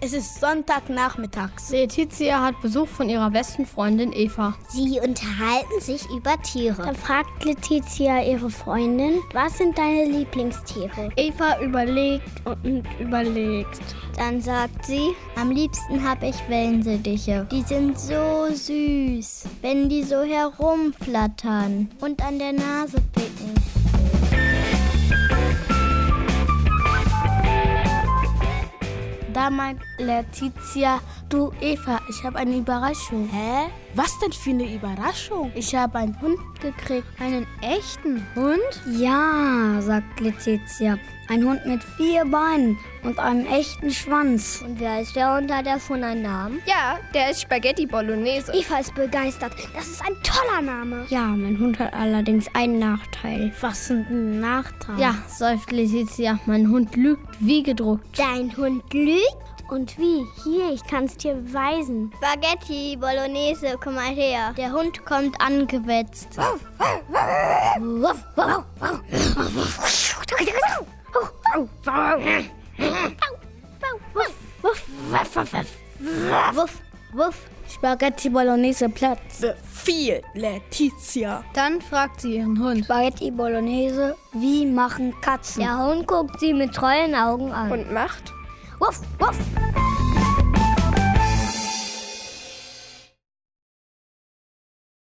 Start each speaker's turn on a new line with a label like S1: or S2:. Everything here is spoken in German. S1: ist Sonntagnachmittags.
S2: Letizia hat Besuch von ihrer besten Freundin Eva.
S3: Sie unterhalten sich über Tiere.
S4: Dann fragt Letizia ihre Freundin, was sind deine Lieblingstiere?
S2: Eva überlegt und überlegt.
S3: Dann sagt sie,
S4: am liebsten habe ich Wellensittiche. Die sind so süß, wenn die so herumflattern und an der Nase picken.
S1: Da meint Letizia, du Eva, ich habe eine Überraschung.
S3: Hä?
S1: Was denn für eine Überraschung?
S2: Ich habe einen Hund gekriegt.
S4: Einen echten Hund?
S5: Ja, sagt Letizia. Ein Hund mit vier Beinen und einem echten Schwanz.
S3: Und wer ist der Hund? Hat er schon einen Namen?
S6: Ja, der ist Spaghetti Bolognese.
S4: Eva ist begeistert. Das ist ein toller Name.
S5: Ja, mein Hund hat allerdings einen Nachteil.
S1: Was sind ein Nachteil?
S2: Ja, seufzt Letizia. Mein Hund lügt wie gedruckt.
S4: Dein Hund lügt? Und wie? Hier, ich kann es dir beweisen.
S3: Spaghetti Bolognese, komm mal her.
S4: Der Hund kommt angewetzt.
S3: Wuff, wuff.
S1: Spaghetti Bolognese Platz.
S7: Viel, Letizia.
S2: Dann fragt sie ihren Hund.
S5: Spaghetti Bolognese, wie machen Katzen?
S3: Der Hund guckt sie mit treuen Augen an.
S6: Und macht?
S3: Wuff, wuff.